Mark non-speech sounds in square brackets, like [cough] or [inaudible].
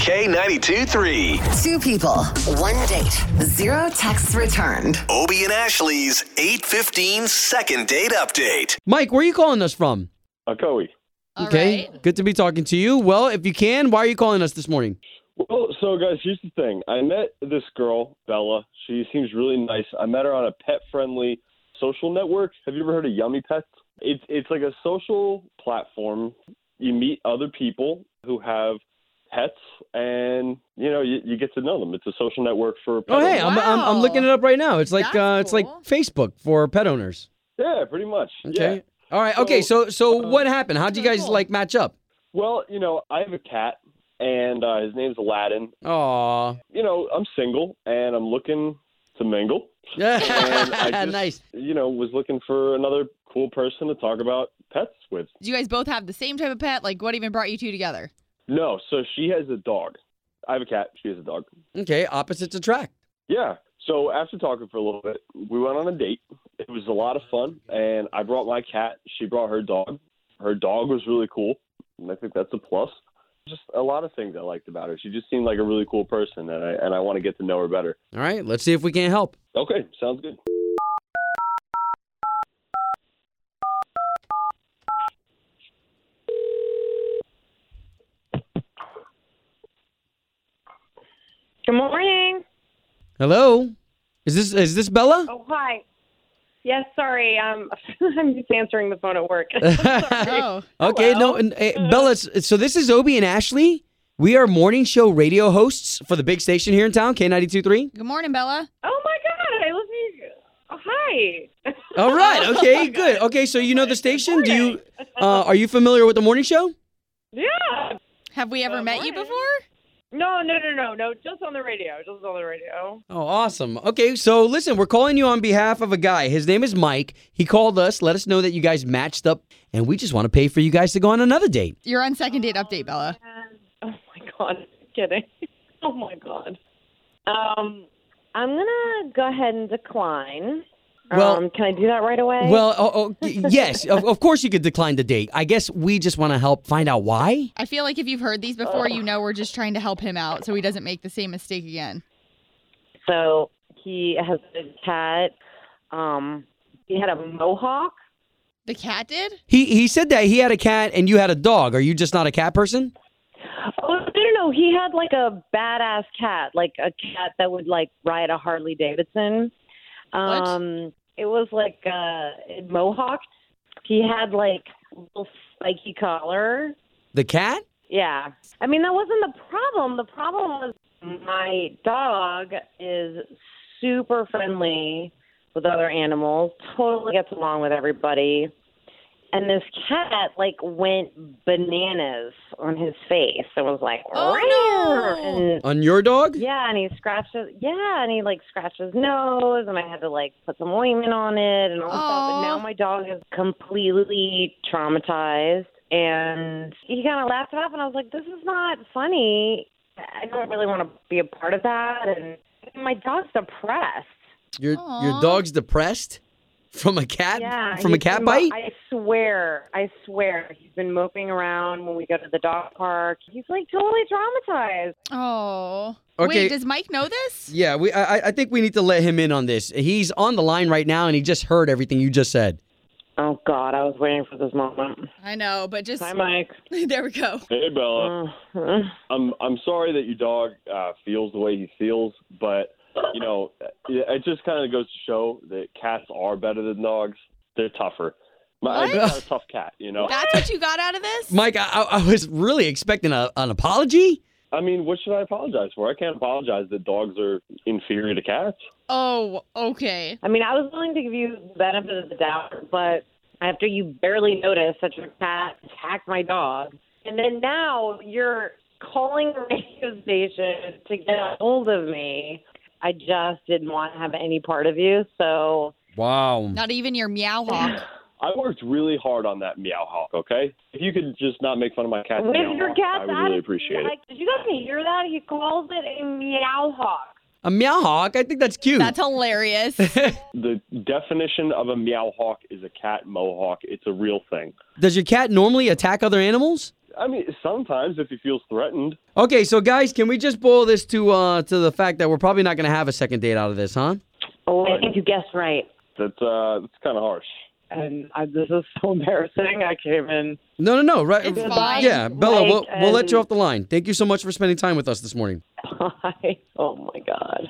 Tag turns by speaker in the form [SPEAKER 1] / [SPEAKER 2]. [SPEAKER 1] K92 3.
[SPEAKER 2] Two people, one date, zero texts returned.
[SPEAKER 1] Obie and Ashley's 815 second date update.
[SPEAKER 3] Mike, where are you calling us from?
[SPEAKER 4] Akoi.
[SPEAKER 5] All
[SPEAKER 3] okay.
[SPEAKER 5] right.
[SPEAKER 3] Good to be talking to you. Well, if you can, why are you calling us this morning?
[SPEAKER 4] Well, so guys, here's the thing. I met this girl, Bella. She seems really nice. I met her on a pet-friendly social network. Have you ever heard of Yummy Pets? It's it's like a social platform. You meet other people who have pets, and you know you, you get to know them. It's a social network for pet
[SPEAKER 3] Oh, hey, I'm,
[SPEAKER 4] owners.
[SPEAKER 3] I'm, I'm
[SPEAKER 5] Wow.
[SPEAKER 3] looking it up right now. It's like
[SPEAKER 5] That's
[SPEAKER 3] uh, it's like
[SPEAKER 5] cool.
[SPEAKER 3] Facebook for pet owners.
[SPEAKER 4] yeah, pretty much.
[SPEAKER 3] Okay.
[SPEAKER 4] Yeah.
[SPEAKER 3] All right. Okay. So so
[SPEAKER 4] uh,
[SPEAKER 3] what happened? How'd you
[SPEAKER 5] pretty
[SPEAKER 3] guys
[SPEAKER 5] cool.
[SPEAKER 3] like match up?
[SPEAKER 4] Well, you know, I have a cat, and uh, his name's Aladdin.
[SPEAKER 3] Aw. [laughs]
[SPEAKER 4] You know, I'm single, and I'm looking to mingle.
[SPEAKER 3] [laughs]
[SPEAKER 4] And I
[SPEAKER 3] Yeah.
[SPEAKER 4] just,
[SPEAKER 3] nice.
[SPEAKER 4] You know, was looking for another cool person to talk about pets with.
[SPEAKER 5] Do you guys both have the same type of pet? Like, what even brought you two together?
[SPEAKER 4] No, so she has a dog. I have a cat. She has a dog.
[SPEAKER 3] Okay. Opposites attract.
[SPEAKER 4] Yeah. So after talking for a little bit, we went on a date. It was a lot of fun, and I brought my cat. She brought her dog. Her dog was really cool, and I think that's a plus. Just a lot of things I liked about her. She just seemed like a really cool person, and I and I want to get to know her better.
[SPEAKER 3] All right. Let's see if we can help.
[SPEAKER 4] Okay, sounds good.
[SPEAKER 6] Good morning.
[SPEAKER 3] Hello. Is this is this Bella?
[SPEAKER 6] Oh, hi. Yes, sorry. Um, [laughs] I'm just answering the phone at work.
[SPEAKER 5] Oh,
[SPEAKER 3] Okay, no, and, uh, Bella. s- So this is Obie and Ashley. We are morning show radio hosts for the big station here in town, K 923
[SPEAKER 5] good morning, Bella.
[SPEAKER 6] oh my God, I love you. Oh, hi.
[SPEAKER 3] All right. Okay. Good. Okay. So you know the station. Do you? Uh, are you familiar with the morning show?
[SPEAKER 6] [laughs] yeah.
[SPEAKER 5] Have we ever
[SPEAKER 6] Good
[SPEAKER 5] met you
[SPEAKER 6] morning.
[SPEAKER 5] before?
[SPEAKER 6] No, no, no, no, no. Just on the radio. Just on the radio.
[SPEAKER 3] Oh, awesome. Okay. So listen, we're calling you on behalf of a guy. His name is Mike. He called us, let us know that you guys matched up, and we just want to pay for you guys to go on another date.
[SPEAKER 5] You're on second date update, Bella.
[SPEAKER 6] And, oh my God. [laughs] Kidding. Oh my God. Um, I'm gonna go ahead and decline.
[SPEAKER 3] Well-
[SPEAKER 6] um, can I do that right away?
[SPEAKER 3] Well, oh, oh, y- yes, of, of course you could decline the date. I guess we just want to help find out why.
[SPEAKER 5] I feel like if you've heard these before, you know we're just trying to help him out so he doesn't make the same mistake again.
[SPEAKER 6] So he has a cat. Um, he had a mohawk.
[SPEAKER 5] The cat did?
[SPEAKER 3] He he said that he had a cat and you had a dog. Are you just not a cat person?
[SPEAKER 6] Oh no, no, no! He had like a badass cat, like a cat that would like ride a Harley Davidson. Um, it was like uh, mohawk. He had like little spiky collar.
[SPEAKER 3] The cat?
[SPEAKER 6] Yeah, I mean that wasn't the problem. The problem was my dog is super friendly with other animals. Totally gets along with everybody. And this cat like went bananas on his face and was like,
[SPEAKER 5] Oh, no.
[SPEAKER 6] "Meow," and
[SPEAKER 3] On your dog?
[SPEAKER 6] yeah, and he scratched his yeah, and he like scratched his nose, and I had to like put some ointment on it and all that stuff.
[SPEAKER 5] Aw.
[SPEAKER 6] And now my dog is completely traumatized, and he kind of laughed it off, and I was like, "This is not funny. I don't really want to be a part of that." And my dog's depressed.
[SPEAKER 3] Your your
[SPEAKER 5] Aw.
[SPEAKER 3] dog's depressed from a cat
[SPEAKER 6] Yeah,
[SPEAKER 3] from a
[SPEAKER 6] he's
[SPEAKER 3] cat
[SPEAKER 6] been mo-
[SPEAKER 3] bite?
[SPEAKER 6] I swear, I swear, he's been moping around when we go to the dog park. He's like totally traumatized.
[SPEAKER 5] Oh.
[SPEAKER 3] Okay.
[SPEAKER 5] Wait, does Mike know this?
[SPEAKER 3] yeah, we I, I- I think we need to let him in on this. He's on the line right now and he just heard everything you just said.
[SPEAKER 6] Oh God, I was waiting for this moment.
[SPEAKER 5] I know, but just
[SPEAKER 6] Hi, Mike.
[SPEAKER 5] [laughs] there we go.
[SPEAKER 4] Hey, Bella.
[SPEAKER 6] Uh,
[SPEAKER 4] I'm I'm sorry that your dog uh, feels the way he feels, but you know, it it just kind of goes to show that cats are better than dogs. They're tougher. My
[SPEAKER 5] What?
[SPEAKER 4] I got a tough cat, you know.
[SPEAKER 5] That's what you got out of
[SPEAKER 3] [laughs]
[SPEAKER 5] this?
[SPEAKER 3] Mike, I, I I was really expecting a, an apology.
[SPEAKER 4] I mean, what should I apologize for? I can't apologize that dogs are inferior to cats.
[SPEAKER 5] Oh, okay.
[SPEAKER 6] I mean, I was willing to give you the benefit of the doubt, but after you barely noticed that your cat attacked my dog, and then now you're calling the radio [laughs] station to get a hold of me, I just didn't want to have any part of you. So,
[SPEAKER 3] Wow.
[SPEAKER 5] Not even your meow hawk.
[SPEAKER 4] I worked really hard on that meow hawk. Okay, if you could just not make fun of my cat,
[SPEAKER 6] with
[SPEAKER 4] meow
[SPEAKER 6] your
[SPEAKER 4] hawk, I
[SPEAKER 6] cat's
[SPEAKER 4] would really
[SPEAKER 6] attitude,
[SPEAKER 4] appreciate it.
[SPEAKER 6] like, did you guys hear that? He calls it a meow hawk.
[SPEAKER 3] A meow hawk? I think that's cute.
[SPEAKER 5] That's hilarious.
[SPEAKER 4] The definition of a meow hawk is a cat mohawk. It's a real thing.
[SPEAKER 3] Does your cat normally attack other animals?
[SPEAKER 4] I mean, sometimes if he feels threatened.
[SPEAKER 3] Okay, so guys, can we just boil this to uh to the fact that we're probably not going to have a second date out of this, huh?
[SPEAKER 6] Oh, I think you guessed right.
[SPEAKER 4] That's uh, that's kind of harsh.
[SPEAKER 7] and I, this is so embarrassing. I came in.
[SPEAKER 3] No, no, no. Right?
[SPEAKER 5] It's fine.
[SPEAKER 3] Yeah, Bella,
[SPEAKER 6] Like,
[SPEAKER 3] we'll, we'll let you
[SPEAKER 6] um,
[SPEAKER 3] off the line. Thank you so much for spending time with us this morning.
[SPEAKER 6] oh my god.